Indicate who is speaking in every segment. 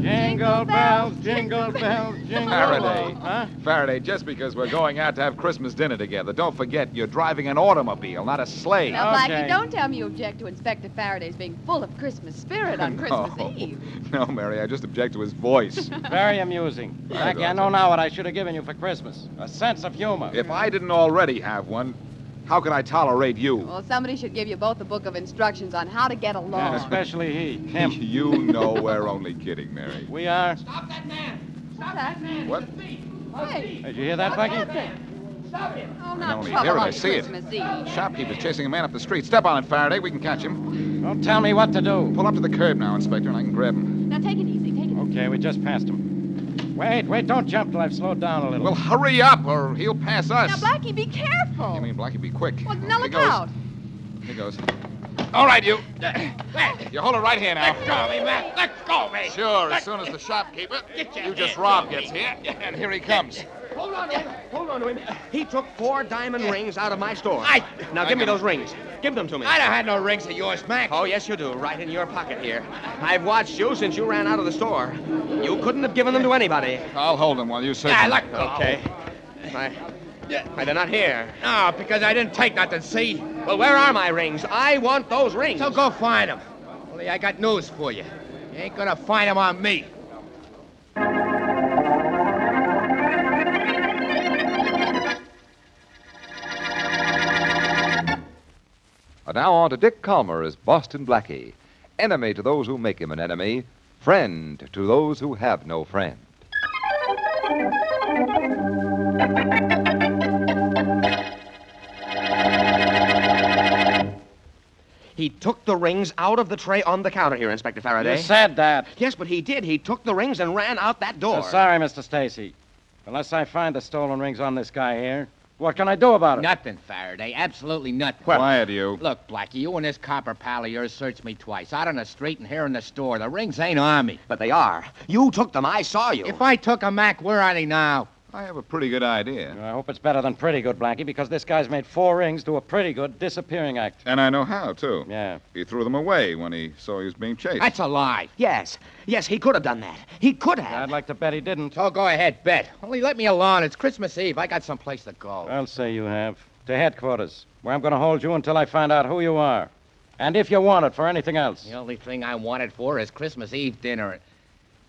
Speaker 1: Jingle bells, jingle bells, jingle
Speaker 2: Faraday.
Speaker 3: Oh,
Speaker 1: bells. Huh?
Speaker 2: Faraday, just because we're going out to have Christmas dinner together, don't forget you're driving an automobile, not a sleigh.
Speaker 3: Now,
Speaker 1: Okay.
Speaker 3: Blackie, don't tell me you object to Inspector Faraday's being full of Christmas spirit on Christmas Eve.
Speaker 2: No, Mary, I just object to his voice.
Speaker 1: Very amusing. Blackie, I know now what I should have given you for Christmas a sense of humor.
Speaker 2: if I didn't already have one, how could I tolerate you?
Speaker 3: Well, somebody should give you both a book of instructions on how to get
Speaker 1: And
Speaker 3: along.
Speaker 1: Oh, especially he, him.
Speaker 2: You know we're only kidding, Mary.
Speaker 1: We are.
Speaker 3: What's that?
Speaker 2: What?
Speaker 3: Hey,
Speaker 1: Did you hear that,
Speaker 3: what's
Speaker 1: Blackie?
Speaker 3: happening? Oh,
Speaker 2: I can
Speaker 3: not
Speaker 2: only
Speaker 3: trouble
Speaker 2: hear it, I
Speaker 3: on
Speaker 2: see it.
Speaker 3: Christmas Eve.
Speaker 2: Shopkeeper's chasing a man up the street. Step on it, Faraday. We can catch him.
Speaker 1: Don't tell me what to do.
Speaker 2: Pull up to the curb now, Inspector, and I can grab him.
Speaker 3: Now, take it easy, take it
Speaker 1: Okay, we just passed him. Wait, wait, don't jump till I've slowed down a little.
Speaker 2: Well, hurry up, or he'll pass
Speaker 3: Now,
Speaker 2: us.
Speaker 3: Blackie, be careful.
Speaker 2: I mean, Blackie, be quick.
Speaker 3: well, now
Speaker 2: Here
Speaker 3: look
Speaker 2: goes.
Speaker 3: out.
Speaker 2: Here goes. All right, you. You hold it right here now. Let go of me, Matt. Let go of me. Sure, as soon as the shopkeeper, you just Rob, gets here. And here he comes.
Speaker 4: Hold on to him. Hold on to him. He took four diamond rings out of my store. Now give me those rings. Give them to me. I don't have no rings of yours, Mac. Oh, yes, you do. Right in your pocket here. I've watched you since you ran out of the store. You couldn't have given them to anybody.
Speaker 2: I'll hold him while you search. him.
Speaker 4: Okay. I, I, they're not here. No, because I didn't take nothing, see? Well, where are my rings? I want those rings.
Speaker 5: So go find him. Only I got news for you. You ain't gonna find him on me.
Speaker 2: And now on to Dick Calmer as Boston Blackie, enemy to those who make him an enemy, friend to those who have no friend.
Speaker 4: He took the rings out of the tray on the counter here, Inspector Faraday.
Speaker 1: you said that.
Speaker 4: Yes, but he did. He took the rings and ran out that door.
Speaker 1: Oh, sorry, Mr. Stacy. Unless I find the stolen rings on this guy here, what can I do about it?
Speaker 5: Nothing, Faraday. Absolutely nothing.
Speaker 2: Quiet, you.
Speaker 5: Look, Blackie, you and this copper pal of yours searched me twice. Out on the street and here in the store. The rings ain't on me.
Speaker 4: But they are. You took them. I saw you.
Speaker 5: If I took a Mac, where are they now?
Speaker 2: I have a pretty good idea.
Speaker 1: I hope it's better than pretty good, Blackie, because this guy's made four rings do a pretty good disappearing act.
Speaker 2: And I know how, too.
Speaker 1: Yeah.
Speaker 2: He threw them away when he saw he was being chased.
Speaker 5: That's a lie.
Speaker 4: Yes, yes, he could have done that. He could have.
Speaker 1: I'd like to bet he didn't.
Speaker 5: So go ahead, bet. Only let me alone. It's Christmas Eve. I got someplace to go.
Speaker 1: I'll say you have. To headquarters, where I'm going to hold you until I find out who you are. And if you want it for anything else.
Speaker 5: The only thing I wanted for is Christmas Eve dinner.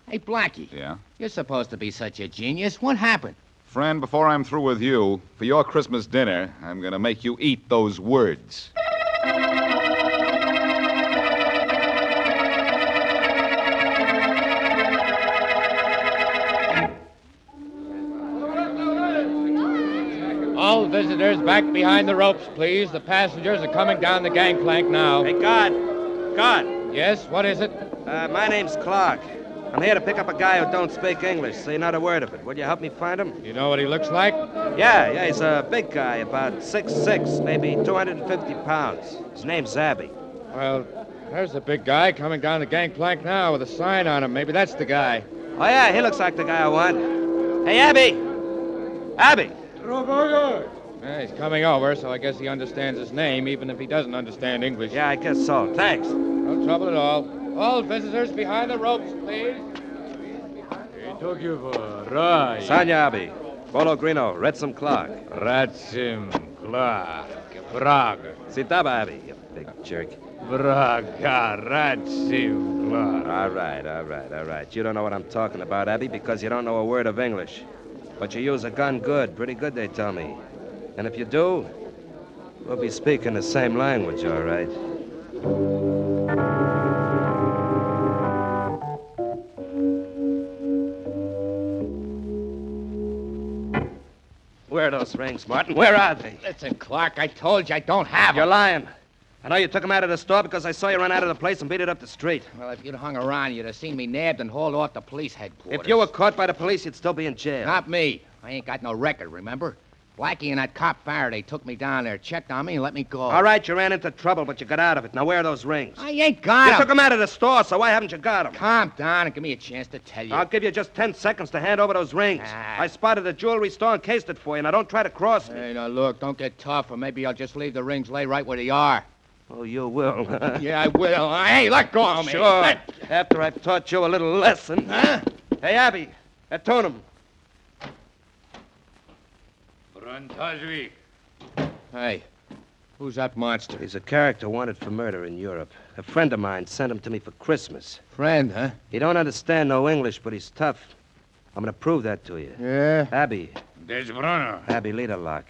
Speaker 5: Hey, Blackie.
Speaker 2: Yeah?
Speaker 5: You're supposed to be such a genius. What happened?
Speaker 2: Friend, before I'm through with you, for your Christmas dinner, I'm going to make you eat those words.
Speaker 6: All visitors back behind the ropes, please. The passengers are coming down the gangplank now.
Speaker 7: Hey, God. God.
Speaker 6: Yes, what is it?
Speaker 7: Uh, my name's Clark. I'm here to pick up a guy who don't speak English. Say not a word of it. Will you help me find him?
Speaker 6: You know what he looks like?
Speaker 7: Yeah, yeah, he's a big guy, about 6'6", maybe 250 pounds. His name's Zabby.
Speaker 6: Well, there's the big guy coming down the gangplank now with a sign on him. Maybe that's the guy.
Speaker 7: Oh, yeah, he looks like the guy I want. Hey, Abby! Abby!
Speaker 6: Yeah, he's coming over, so I guess he understands his name, even if he doesn't understand English.
Speaker 7: Yeah, I guess so. Thanks.
Speaker 6: No trouble at all. All visitors behind the ropes, please.
Speaker 4: He took you for a ride.
Speaker 7: Sonia Abby. Bolo Grino, Redsum Clark.
Speaker 4: Ratsim, Clark, Praga.
Speaker 7: Sitaba Abby, you big jerk.
Speaker 4: Braga, Ratsim, Clark.
Speaker 7: All right, all right, all right. You don't know what I'm talking about, Abby, because you don't know a word of English. But you use a gun good, pretty good, they tell me. And if you do, we'll be speaking the same language, all right. Where are those rings, Martin? Where are they?
Speaker 5: Listen, Clark, I told you I don't have
Speaker 7: You're
Speaker 5: them.
Speaker 7: lying. I know you took them out of the store because I saw you run out of the place and beat it up the street.
Speaker 5: Well, if you'd hung around, you'd have seen me nabbed and hauled off to police headquarters.
Speaker 7: If you were caught by the police, you'd still be in jail.
Speaker 6: Ah.
Speaker 5: Not me. I ain't got no record, remember? Blackie and that cop Faraday took me down there, checked on me, and let me go.
Speaker 7: All right, you ran into trouble, but you got out of it. Now, where are those rings?
Speaker 5: I ain't got
Speaker 7: you
Speaker 5: 'em.
Speaker 7: took them out of the store, so why haven't you got them?
Speaker 5: Calm down and give me a chance to tell you.
Speaker 7: I'll give you just ten seconds to hand over those rings.
Speaker 5: Ah.
Speaker 7: I spotted a jewelry store and cased it for you. Now, don't try to cross me.
Speaker 5: Hey, now look, don't get tough, or maybe I'll just leave the rings lay right where they are.
Speaker 7: Oh, you will.
Speaker 5: yeah, I will. Hey, let go of me.
Speaker 7: Sure.
Speaker 5: Let-
Speaker 7: After I've taught you a little lesson.
Speaker 5: Huh?
Speaker 7: Hey, Abby, attone him.
Speaker 4: Bruntasvik.
Speaker 5: Hey, who's that monster?
Speaker 7: He's a character wanted for murder in Europe. A friend of mine sent him to me for Christmas.
Speaker 5: Friend, huh?
Speaker 7: He don't understand no English, but he's tough. I'm gonna prove that to you.
Speaker 5: Yeah.
Speaker 7: Abby,
Speaker 4: Des Bruno.
Speaker 7: Abby Lederlock.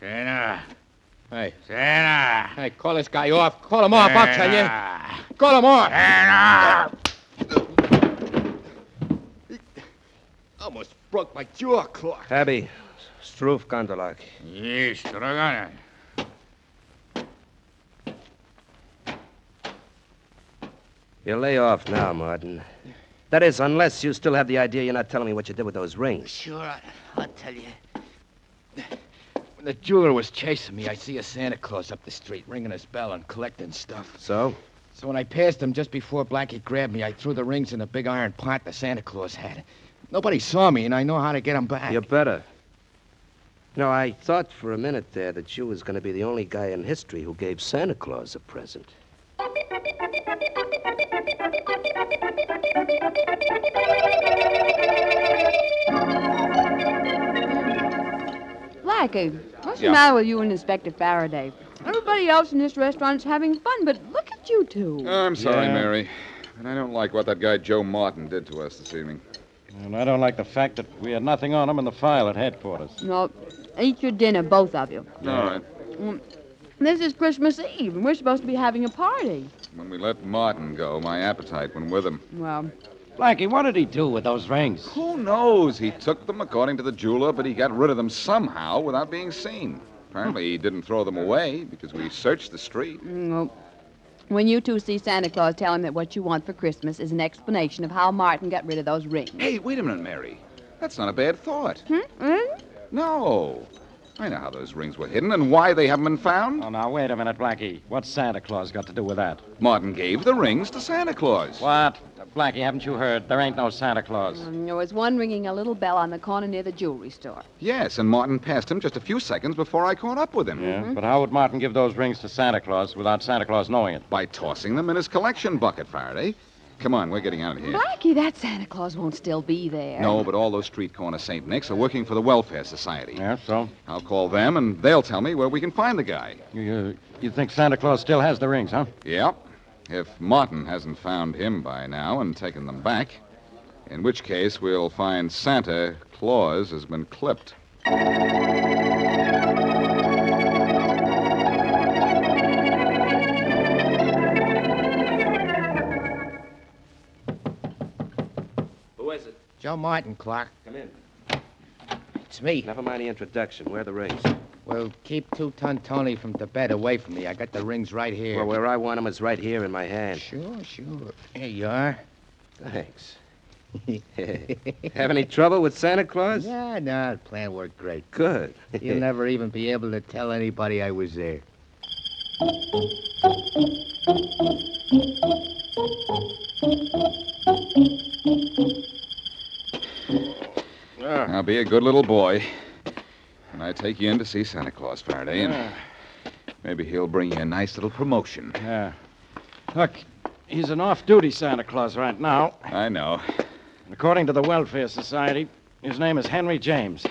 Speaker 4: Sena.
Speaker 5: Hey,
Speaker 4: Sena.
Speaker 5: hey, call this guy off. Call him off, I'll tell you. Call him off.
Speaker 4: Sena.
Speaker 5: Almost broke my jaw, Clark.
Speaker 7: Abby, Struve Kondolak.
Speaker 4: Yes, Dragana.
Speaker 7: You lay off now, Martin. That is, unless you still have the idea you're not telling me what you did with those rings.
Speaker 5: Sure, I- I'll tell you. When the jeweler was chasing me, I see a Santa Claus up the street ringing his bell and collecting stuff.
Speaker 7: So?
Speaker 5: So when I passed him just before Blackie grabbed me, I threw the rings in a big iron pot the Santa Claus had. Nobody saw me, and I know how to get them back.
Speaker 7: You're better. No, I thought for a minute there that you was going to be the only guy in history who gave Santa Claus a present.
Speaker 3: Blackie, what's
Speaker 2: Yeah.
Speaker 3: the matter with you and Inspector Faraday? Everybody else in this restaurant's having fun, but look at you two.
Speaker 2: Uh, I'm sorry,
Speaker 6: Yeah.
Speaker 2: Mary. And I don't like what that guy Joe Martin did to us this evening.
Speaker 1: And I don't like the fact that we had nothing on him in the file at headquarters.
Speaker 3: no, eat your dinner, both of you.
Speaker 2: All right.
Speaker 3: This is Christmas Eve, and we're supposed to be having a party.
Speaker 2: When we let Martin go, my appetite went with him.
Speaker 3: Well,
Speaker 1: Blackie, what did he do with those rings?
Speaker 2: Who knows? He took them according to the jeweler, but he got rid of them somehow without being seen. Apparently, he didn't throw them away because we searched the street.
Speaker 3: no. when you two see Santa Claus, tell him that what you want for Christmas is an explanation of how Martin got rid of those rings.
Speaker 2: Hey, wait a minute, Mary. That's not a bad thought.
Speaker 3: Hmm?
Speaker 2: No. I know how those rings were hidden and why they haven't been found.
Speaker 1: Oh, now, wait a minute, Blackie. What's Santa Claus got to do with that?
Speaker 2: Martin gave the rings to Santa Claus.
Speaker 1: What? Blackie, haven't you heard? There ain't no Santa Claus.
Speaker 3: There was one ringing a little bell on the corner near the jewelry store.
Speaker 2: Yes, and Martin passed him just a few seconds before I caught up with him.
Speaker 1: Yeah, but how would Martin give those rings to Santa Claus without Santa Claus knowing it?
Speaker 2: By tossing them in his collection bucket, Faraday. Come on, we're getting out of here.
Speaker 3: Blackie, that Santa Claus won't still be there.
Speaker 2: No, but all those street corner St. Nicks are working for the Welfare Society.
Speaker 1: Yeah, so?
Speaker 2: I'll call them, and they'll tell me where we can find the guy.
Speaker 1: You, you, you think Santa Claus still has the rings, huh?
Speaker 2: Yep. If Martin hasn't found him by now and taken them back, In which case, we'll find Santa Claus has been clipped.
Speaker 8: Who is it?
Speaker 6: Joe Martin, Clark.
Speaker 8: Come in.
Speaker 6: It's me.
Speaker 8: Never mind the introduction. Where are the rings?
Speaker 6: Well, keep Two Ton Tony from Tibet away from me. I got the rings right here.
Speaker 8: Well, where I want them is right here in my hand.
Speaker 6: Sure, sure. Here you are.
Speaker 8: Thanks. Have any trouble with Santa Claus?
Speaker 6: Yeah, no, the plan worked great.
Speaker 8: Good.
Speaker 6: You'll never even be able to tell anybody I was there.
Speaker 2: Now be a good little boy. And I take you in to see Santa Claus, Faraday, and
Speaker 1: Yeah.
Speaker 2: maybe he'll bring you a nice little promotion.
Speaker 1: Yeah. Look, he's an off duty Santa Claus right now.
Speaker 2: I know.
Speaker 1: According to the Welfare Society, his name is Henry James.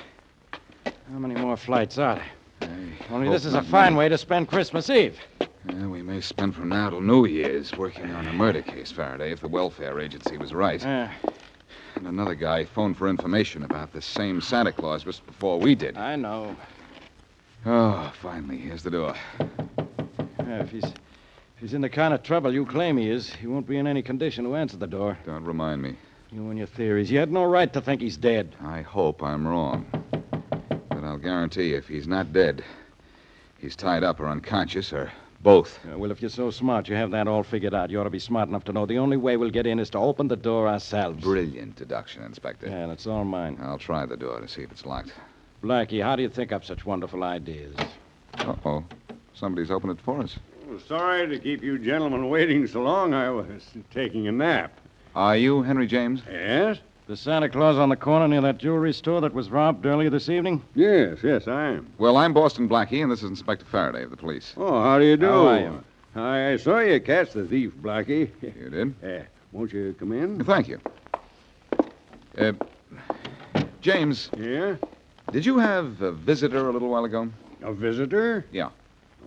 Speaker 1: How many more flights are there? Only this
Speaker 2: hope
Speaker 1: is a
Speaker 2: not
Speaker 1: fine
Speaker 2: many.
Speaker 1: way to spend Christmas Eve.
Speaker 2: Yeah, we may spend from now till New Year's working on a murder case, Faraday, if the welfare agency was right. And another guy phoned for information about this same Santa Claus just before we did.
Speaker 1: I know.
Speaker 2: Oh, finally, here's the door.
Speaker 1: Yeah, if he's if he's in the kind of trouble you claim he is, he won't be in any condition to answer the door.
Speaker 2: Don't remind me.
Speaker 1: You and your theories. You had no right to think he's dead.
Speaker 2: I hope I'm wrong. But I'll guarantee if he's not dead, he's tied up or unconscious or both.
Speaker 1: Uh, well, if you're so smart, you have that all figured out. You ought to be smart enough to know the only way we'll get in is to open the door ourselves.
Speaker 2: Brilliant deduction, Inspector.
Speaker 1: Yeah, that's all mine.
Speaker 2: I'll try the door to see if it's locked.
Speaker 1: Blackie, how do you think up such wonderful ideas?
Speaker 2: Uh oh. Somebody's opened it for us.
Speaker 9: Well, sorry to keep you gentlemen waiting so long. I was taking a nap.
Speaker 2: Are you Henry James?
Speaker 9: Yes?
Speaker 1: The Santa Claus on the corner near that jewelry store that was robbed earlier this evening?
Speaker 9: Yes, yes, I am.
Speaker 2: Well, I'm Boston Blackie, and this is Inspector Faraday of the police.
Speaker 9: Oh, how do you do?
Speaker 2: How are you?
Speaker 9: I, I saw you catch the thief, Blackie.
Speaker 2: You did?
Speaker 9: Yeah. Won't you come in?
Speaker 2: Thank you. Uh, James.
Speaker 9: Yeah?
Speaker 2: Did you have a visitor a little while ago?
Speaker 9: A visitor?
Speaker 2: Yeah.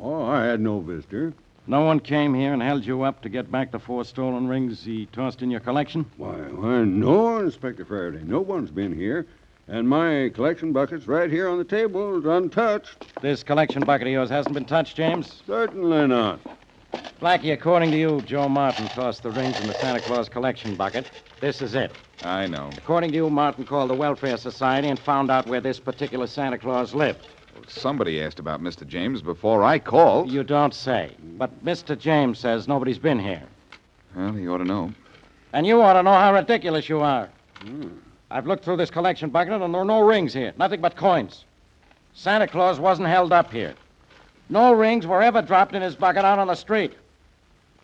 Speaker 9: Oh, I had no visitor.
Speaker 1: No one came here and held you up to get back the four stolen rings he tossed in your collection?
Speaker 9: Why, why, no, Inspector Faraday. No one's been here. And my collection bucket's right here on the table, untouched.
Speaker 1: This collection bucket of yours hasn't been touched, James?
Speaker 9: Certainly not.
Speaker 1: Blackie, according to you, Joe Martin tossed the rings in the Santa Claus collection bucket. This is it.
Speaker 2: I know.
Speaker 1: According to you, Martin called the Welfare Society and found out where this particular Santa Claus lived.
Speaker 2: Somebody asked about Mr. James before I called.
Speaker 1: You don't say. But Mr. James says nobody's been here.
Speaker 2: Well, he ought to know.
Speaker 1: And you ought to know how ridiculous you are.
Speaker 9: Hmm.
Speaker 1: I've looked through this collection bucket, and there are no rings here. Nothing but coins. Santa Claus wasn't held up here. No rings were ever dropped in his bucket out on the street.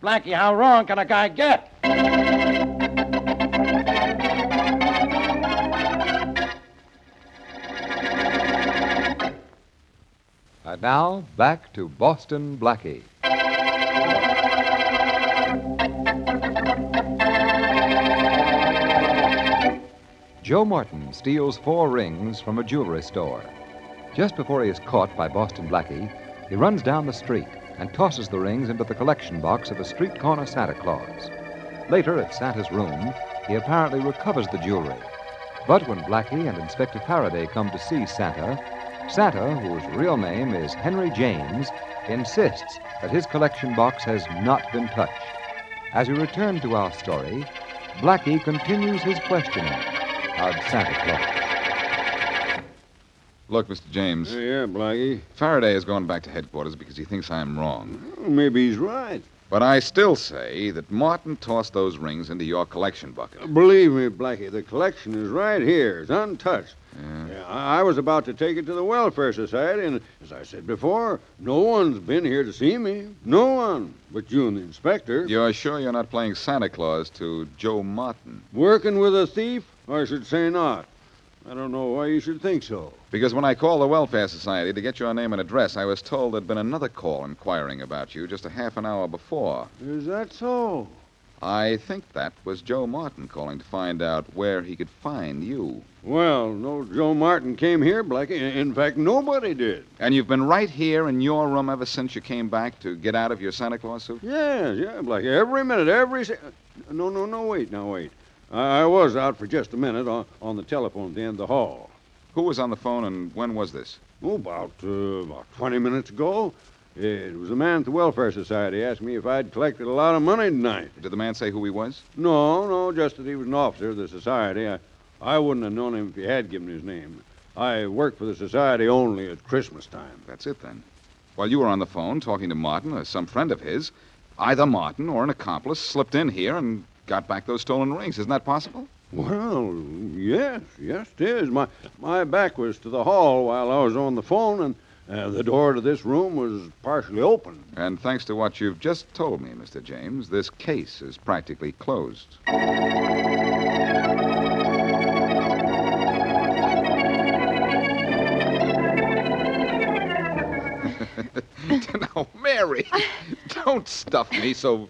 Speaker 1: Blackie, how wrong can a guy get?
Speaker 10: And now, back to Boston Blackie. Joe Martin steals four rings from a jewelry store. Just before he is caught by Boston Blackie, he runs down the street and tosses the rings into the collection box of a street corner Santa Claus. Later, at Santa's room, he apparently recovers the jewelry. But when Blackie and Inspector Faraday come to see Santa, Santa, whose real name is Henry James, insists that his collection box has not been touched. As we return to our story, Blackie continues his questioning of Santa Claus.
Speaker 2: Look, Mr. James.
Speaker 9: Oh, yeah, Blackie.
Speaker 2: Faraday has gone back to headquarters because he thinks I'm wrong.
Speaker 9: Well, maybe he's right.
Speaker 2: But I still say that Martin tossed those rings into your collection bucket.
Speaker 9: Believe me, Blackie, the collection is right here. It's untouched. Yeah, I I was about to take it to the Welfare Society, and as I said before, no one's been here to see me. No one but you and the inspector.
Speaker 2: You're sure you're not playing Santa Claus to Joe Martin?
Speaker 9: Working with a thief? I should say not. I don't know why you should think so.
Speaker 2: Because when I called the Welfare Society to get your name and address, I was told there'd been another call inquiring about you just a half an hour before.
Speaker 9: Is that so?
Speaker 2: I think that was Joe Martin calling to find out where he could find you.
Speaker 9: Well, no Joe Martin came here, Blackie. In- In fact, nobody did.
Speaker 2: And you've been right here in your room ever since you came back to get out of your Santa Claus suit?
Speaker 9: Yes, yeah, Blackie. Every minute, every. Se- no, no, no, wait, now wait. I, I was out for just a minute on, on the telephone at the end of the hall.
Speaker 2: Who was on the phone and when was this?
Speaker 9: Oh, about, uh, about 20 minutes ago. It was a man at the Welfare Society asked me if I'd collected a lot of money tonight.
Speaker 2: Did the man say who he was?
Speaker 9: No, no, just that he was an officer of the society. I, I wouldn't have known him if you had given his name. I work for the society only at Christmas time.
Speaker 2: That's it, then. While you were on the phone talking to Martin or some friend of his, either Martin or an accomplice slipped in here and got back those stolen rings. Isn't that possible?
Speaker 9: Well, yes, yes, it is. My, my back was to the hall while I was on the phone, and uh, the door to this room was partially open.
Speaker 2: And thanks to what you've just told me, Mr. James, this case is practically closed. now, Mary, don't stuff me so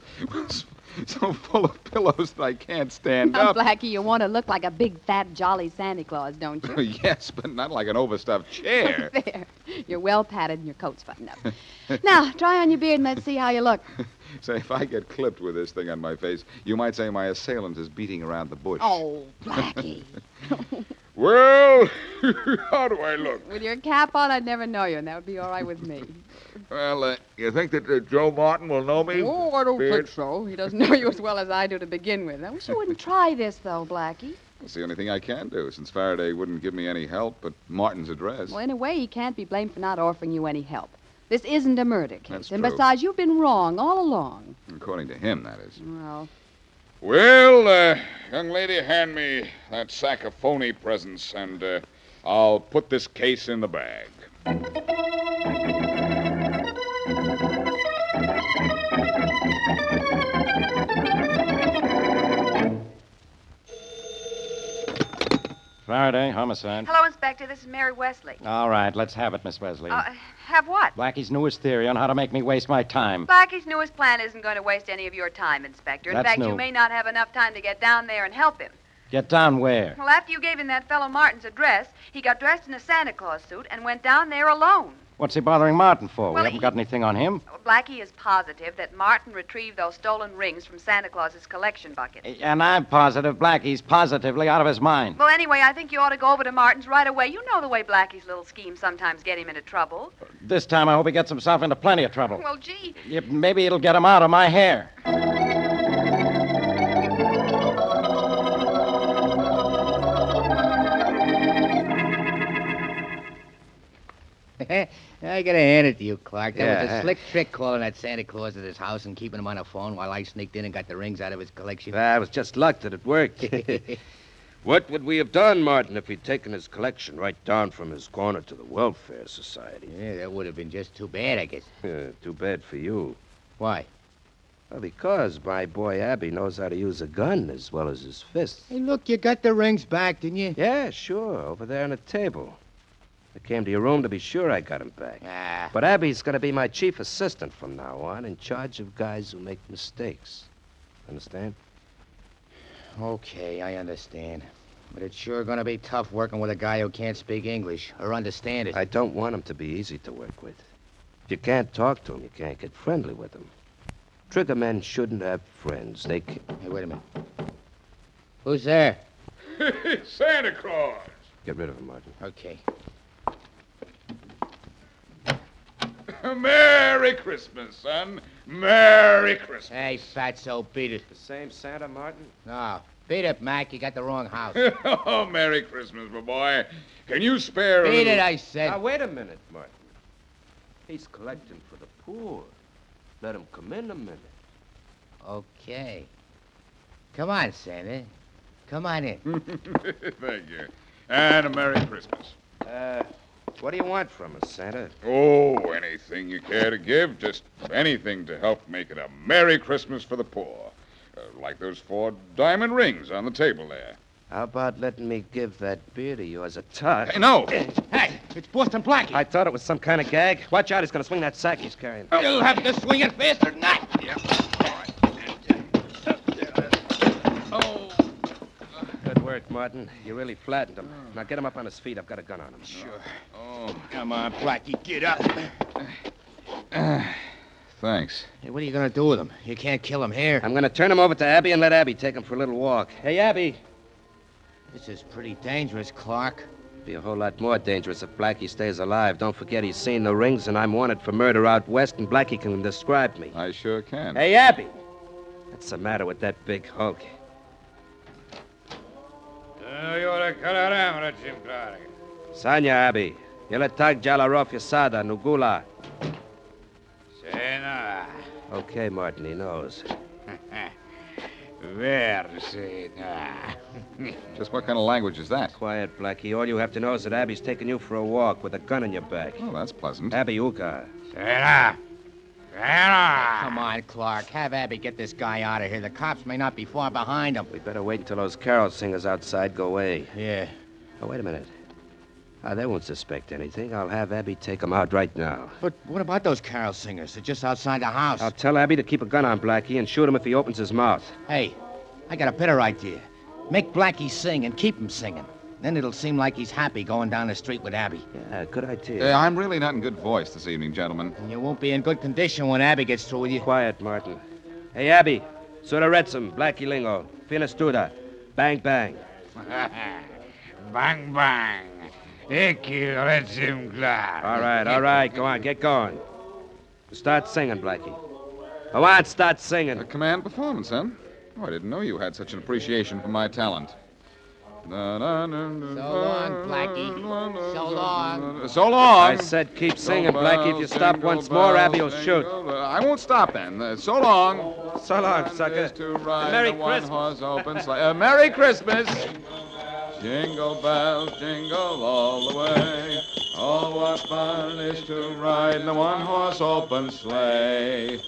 Speaker 2: so full of pillows that I can't stand
Speaker 3: Now,
Speaker 2: up.
Speaker 3: Blackie, you want to look like a big, fat, jolly Santa Claus, don't you?
Speaker 2: yes, but not like an overstuffed chair.
Speaker 3: there. You're well padded and your coat's buttoned up. now, try on your beard and let's see how you look.
Speaker 2: Say, if I get clipped with this thing on my face, you might say my assailant is beating around the bush.
Speaker 3: Oh, Blackie.
Speaker 2: Well, how do I look?
Speaker 3: With your cap on, I'd never know you, and that would be all right with me.
Speaker 2: Well, uh, you think that uh, Joe Martin will know me?
Speaker 3: Oh, I don't
Speaker 2: Beard?
Speaker 3: think so. He doesn't know you as well as I do to begin with. I wish you wouldn't try this, though, Blackie.
Speaker 2: It's the only thing I can do, since Faraday wouldn't give me any help but Martin's address.
Speaker 3: Well, in a way, he can't be blamed for not offering you any help. This isn't a murder case.
Speaker 2: That's
Speaker 3: and
Speaker 2: true.
Speaker 3: besides, you've been wrong all along.
Speaker 2: According to him, that is.
Speaker 3: Well,
Speaker 11: Well, uh, young lady, hand me that sack of phony presents, and uh, I'll put this case in the bag.
Speaker 1: Faraday, homicide.
Speaker 12: Hello, Inspector. This is Mary Wesley.
Speaker 1: All right, let's have it, Miss Wesley.
Speaker 12: Uh, have what?
Speaker 1: Blackie's newest theory on how to make me waste my time.
Speaker 12: Blackie's newest plan isn't going to waste any of your time, Inspector. In
Speaker 1: That's
Speaker 12: fact,
Speaker 1: no-
Speaker 12: you may not have enough time to get down there and help him.
Speaker 1: Get down where?
Speaker 12: Well, after you gave him that fellow Martin's address, he got dressed in a Santa Claus suit and went down there alone.
Speaker 1: What's he bothering Martin for?
Speaker 12: Well,
Speaker 1: we haven't
Speaker 12: he-
Speaker 1: got anything on him.
Speaker 12: Well, Blackie is positive that Martin retrieved those stolen rings from Santa Claus's collection bucket.
Speaker 1: And I'm positive Blackie's positively out of his mind.
Speaker 12: Well, anyway, I think you ought to go over to Martin's right away. You know the way Blackie's little schemes sometimes get him into trouble.
Speaker 1: This time I hope he gets himself into plenty of trouble.
Speaker 12: Well, gee.
Speaker 1: Yeah, Maybe it'll get him out of my hair.
Speaker 6: I gotta hand it to you, Clark. That was
Speaker 5: Yeah.
Speaker 6: a slick trick calling that Santa Claus at his house and keeping him on the phone while I sneaked in and got the rings out of his collection.
Speaker 7: Ah, it was just luck that it worked. what would we have done, Martin, if he'd taken his collection right down from his corner to the Welfare Society?
Speaker 6: Yeah, that would have been just too bad, I guess.
Speaker 7: Yeah, too bad for you.
Speaker 6: Why?
Speaker 7: Well, because my boy Abby knows how to use a gun as well as his fists.
Speaker 6: Hey, look, you got the rings back, didn't you?
Speaker 7: Yeah, sure, over there on the table. I came to your room to be sure I got him back.
Speaker 6: Ah.
Speaker 7: But Abby's going to be my chief assistant from now on, in charge of guys who make mistakes. Understand?
Speaker 6: Okay, I understand. But it's sure gonna be tough working with a guy who can't speak English or understand it.
Speaker 7: I don't want him to be easy to work with. If you can't talk to him, you can't get friendly with him. Trigger men shouldn't have friends. They can...
Speaker 6: Hey, wait a minute. Who's there?
Speaker 11: Santa Claus!
Speaker 7: Get rid of him, Martin.
Speaker 6: Okay.
Speaker 11: Merry Christmas, son. Merry Christmas.
Speaker 6: Hey, fatso, beat it. The
Speaker 7: same Santa, Martin?
Speaker 6: No. Beat it, Mac. You got the wrong house.
Speaker 11: oh, Merry Christmas, my boy. Can you spare a
Speaker 6: Beat it,
Speaker 11: little-
Speaker 6: I said.
Speaker 7: Now, wait a minute, Martin. He's collecting for the poor. Let him come in a minute.
Speaker 6: Okay. Come on, Santa. Come on in.
Speaker 11: Thank you. And a Merry Christmas.
Speaker 7: Uh, what do you want from us, Santa?
Speaker 11: Oh, anything you care to give, just anything to help make it a Merry Christmas for the poor. Uh, like those four diamond rings on the table there.
Speaker 7: How about letting me give that beer to you as a toss?
Speaker 11: Hey, no.
Speaker 6: Hey, it's Boston Blackie.
Speaker 7: I thought it was some kind of gag. Watch out, he's going to swing that sack he's carrying.
Speaker 6: You'll have to swing it faster than that.
Speaker 7: Good work, Martin. You really flattened him. Now get him up on his feet. I've got a gun on him. Hmm. Sure.
Speaker 11: Oh,
Speaker 6: come on, Blackie, get up.
Speaker 2: thanks.
Speaker 6: Hey, what are you going to do with him? You can't kill him here.
Speaker 7: I'm going to turn him over to Abby and let Abby take him for a little walk.
Speaker 6: Hey, Abby. This is pretty dangerous, Clark.
Speaker 7: Be a whole lot more dangerous if Blackie stays alive. Don't forget he's seen the rings and I'm wanted for murder out west, and Blackie can describe me.
Speaker 2: I sure can.
Speaker 7: Hey, Abby! What's the matter with that big hulk?
Speaker 13: Uh, you ought to cut out Amrit, Jim Clark.
Speaker 7: Sanya, Abby. Yeletak Jalarov Yasada, Nugula.
Speaker 13: Say no.
Speaker 7: Okay, Martin, he knows.
Speaker 13: Verse
Speaker 2: Just what kind of language is that?
Speaker 7: Quiet, Blackie. All you have to know is that Abby's taking you for a walk with a gun in your back.
Speaker 2: Oh, that's pleasant.
Speaker 7: Abby Uka.
Speaker 6: Come on, Clark. Have Abby get this guy out of here. The cops may not be far behind him.
Speaker 7: We better wait until those carol singers outside go away.
Speaker 6: Yeah.
Speaker 7: Oh, wait a minute. Ah, they won't suspect anything. I'll have Abby take them out right now.
Speaker 6: But what about those carol singers? They're just outside the house.
Speaker 7: I'll tell Abby to keep a gun on Blackie and shoot him if he opens his mouth.
Speaker 6: Hey, I got a better idea. Make Blackie sing and keep him singing. Then it'll seem like he's happy going down the street with Abby.
Speaker 7: Yeah, good idea.
Speaker 2: Uh, I'm really not in good voice this evening, gentlemen.
Speaker 6: And you won't be in good condition when Abby gets through with you.
Speaker 7: Quiet, Martin. Hey, Abby. Sura Retzum, Blackie Lingo, Finistuda. Bang, bang.
Speaker 13: bang, bang. Icky Retzim Clark.
Speaker 7: All right, all right. Go on, get going. Start singing, Blackie. Go on, start singing.
Speaker 2: A command performance, huh? Oh, I didn't know you had such an appreciation for my talent. So long,
Speaker 3: Blackie. So long.
Speaker 2: So long.
Speaker 7: I said keep singing, Blackie. If you stop once more, Abby will shoot.
Speaker 2: I won't stop then. Uh, so long.
Speaker 7: So long, sucker.
Speaker 2: To ride
Speaker 7: Merry
Speaker 2: the one
Speaker 7: Christmas.
Speaker 2: horse open sleigh. Uh, Merry Christmas. Jingle bells, jingle all the way. Oh, what fun it is to ride in a one horse open sleigh.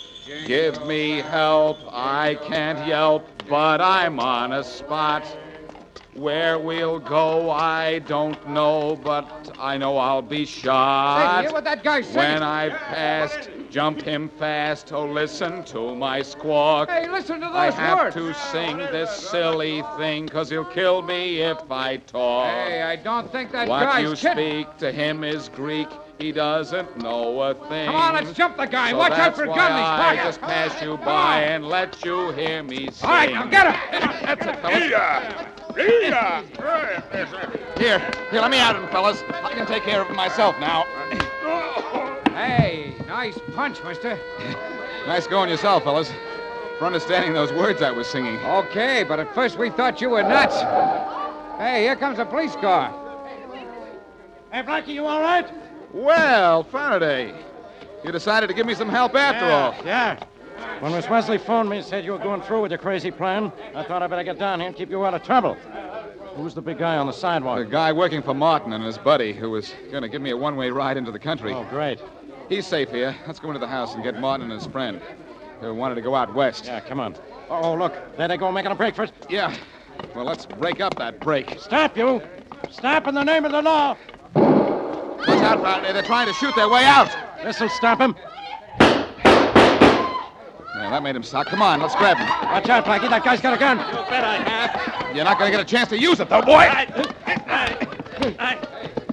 Speaker 2: Give me help, I can't yelp, but I'm on a spot. Where we'll go, I don't know, but I know I'll be shot.
Speaker 4: Hey, hear what that guy said?
Speaker 2: When I passed, jump him fast. Oh, listen to my squawk.
Speaker 4: Hey, listen to those
Speaker 2: I have
Speaker 4: words.
Speaker 2: to sing this silly thing, cause he'll kill me if I talk.
Speaker 4: Hey, I don't think that
Speaker 2: what
Speaker 4: guy's
Speaker 2: you
Speaker 4: kid-
Speaker 2: speak to him is Greek. He doesn't know a thing.
Speaker 4: Come on, let's jump the guy.
Speaker 2: So
Speaker 4: Watch out
Speaker 2: that's
Speaker 4: for a
Speaker 2: why
Speaker 4: gun in his
Speaker 2: I
Speaker 4: pocket.
Speaker 2: just pass you by and let you hear me sing.
Speaker 4: All right, now get him.
Speaker 2: That's it, fellas. Here, here, let me out of him, fellas. I can take care of him myself now.
Speaker 4: Hey, nice punch, mister.
Speaker 2: Nice going yourself, fellas. For understanding those words I was singing.
Speaker 4: Okay, but at first we thought you were nuts. Hey, here comes a police car.
Speaker 1: Hey, Blackie, you all right?
Speaker 2: Well, Faraday, you decided to give me some help after all.
Speaker 7: Oh.
Speaker 1: Yeah. When Miss Wesley phoned me and said you were going through with your crazy plan, I thought I better get down here and keep you out of trouble. Who's the big guy on the sidewalk?
Speaker 2: The guy working for Martin and his buddy who was going to give me a one way ride into the country.
Speaker 1: Oh, great.
Speaker 2: He's safe here. Let's go into the house and get Martin and his friend who wanted to go out west.
Speaker 1: Yeah, come on. Oh, oh, look. There they go making a break for it.
Speaker 2: Yeah. Well, let's break up that break.
Speaker 1: Stop, you. Stop in the name of the law.
Speaker 2: Watch out, Faraday. They're trying to shoot their way out.
Speaker 1: This'll stop him.
Speaker 2: Yeah, that made him stop. Come on, let's grab him.
Speaker 1: Watch out, Blackie. That guy's got a gun.
Speaker 2: You're not going to get a chance to use it, though, boy.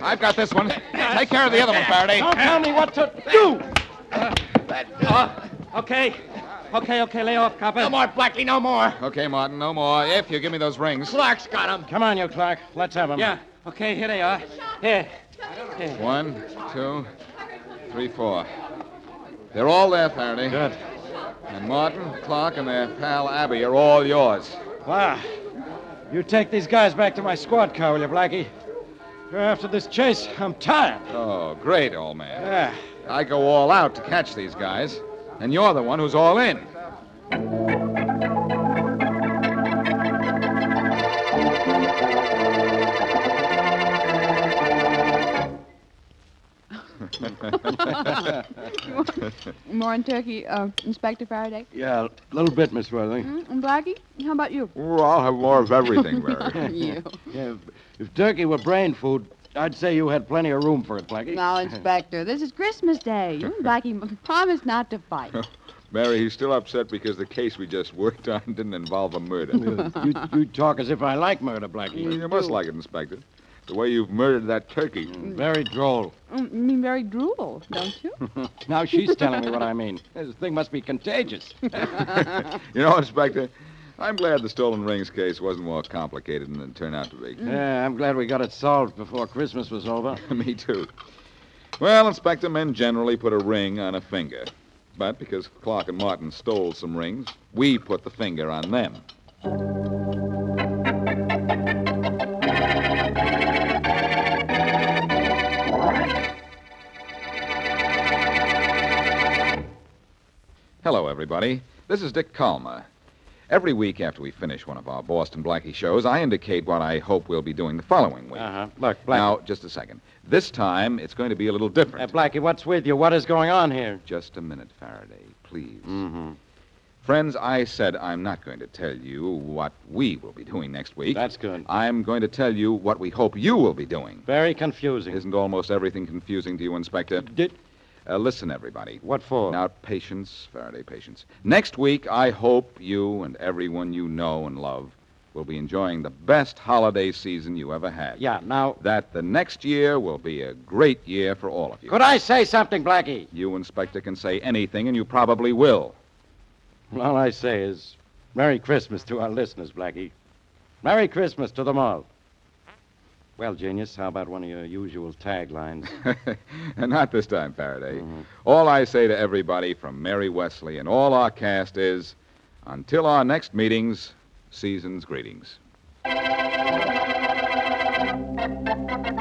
Speaker 2: I've got this one. Take care of the other one, Faraday.
Speaker 1: Don't tell me what to do. Uh, okay. Okay, okay, lay off, copper.
Speaker 4: more, Blackie, no more.
Speaker 2: Okay, Martin, no more. If you give me those rings.
Speaker 4: Clark's got him.
Speaker 1: Come on, you Clark. Let's have him.
Speaker 4: Yeah.
Speaker 1: Okay, here they are. Here.
Speaker 2: One, two, three, four. They're all there, Faraday.
Speaker 1: Good.
Speaker 2: And Martin, Clark, and their pal Abby are all yours.
Speaker 1: Wow. You take these guys back to my squad car, will you, Blackie? You're after this chase. I'm tired.
Speaker 2: Oh, great, old man.
Speaker 1: Yeah.
Speaker 2: I go all out to catch these guys, and you're the one who's all in.
Speaker 3: More in turkey, uh, Inspector Faraday.
Speaker 1: Yeah, a little bit, Miss Worthing.
Speaker 3: Mm, and Blackie, how about you?
Speaker 2: Well, I'll have more of everything, Barry.
Speaker 3: you.
Speaker 1: Yeah, if, if turkey were brain food, I'd say you had plenty of room for it, Blackie.
Speaker 3: Now, Inspector, this is Christmas Day. You and Blackie promise not to fight.
Speaker 2: Mary, he's still upset because the case we just worked on didn't involve a murder.
Speaker 1: you, you talk as if I like murder, Blackie.
Speaker 2: you must like it, Inspector. The way you've murdered that turkey.
Speaker 1: Very droll.
Speaker 3: Mm, You mean very drool, don't you?
Speaker 1: now she's telling me what I mean. This thing must be contagious.
Speaker 2: You know, Inspector, I'm glad the stolen rings case wasn't more complicated than it turned out to
Speaker 7: Hmm.
Speaker 2: be.
Speaker 1: Yeah, I'm glad we got it solved before Christmas was over.
Speaker 2: Me too. Well, Inspector, men generally put a ring on a finger. But because Clark and Martin stole some rings, we put the finger on them. Hello, everybody. This is Dick Kalmer. Every week after we finish one of our Boston Blackie shows, I indicate what I hope we'll be doing the following week. Uh-huh.
Speaker 1: Look, Blackie.
Speaker 2: Now, just a second. This time, it's going to be a little different.
Speaker 1: Uh, Blackie, what's with you? What is going on here?
Speaker 2: Just a minute, Faraday, please. Mm-hmm. Friends, I said I'm not going to tell you what we will be doing next week. That's
Speaker 1: good.
Speaker 2: I'm going to tell you what we hope you will be doing.
Speaker 1: Very confusing.
Speaker 2: Isn't almost everything confusing to you, Inspector?
Speaker 1: Did...
Speaker 2: Uh, listen, everybody.
Speaker 1: What for?
Speaker 2: Now, patience, Faraday, patience. Next week, I hope you and everyone you know and love will be enjoying the best holiday season you ever had.
Speaker 1: Yeah, now.
Speaker 2: That the next year will be a great year for all of you.
Speaker 1: Could I say something, Blackie?
Speaker 2: You, Inspector, can say anything, and you probably will.
Speaker 1: All I say is Merry Christmas to our listeners, Blackie. Merry Christmas to them all. Well, genius, how about one of your usual taglines?
Speaker 2: And not this time, Faraday.
Speaker 1: Mm-hmm.
Speaker 2: All I say to everybody from Mary Wesley and all our cast is until our next meetings, season's greetings.
Speaker 14: Thank you.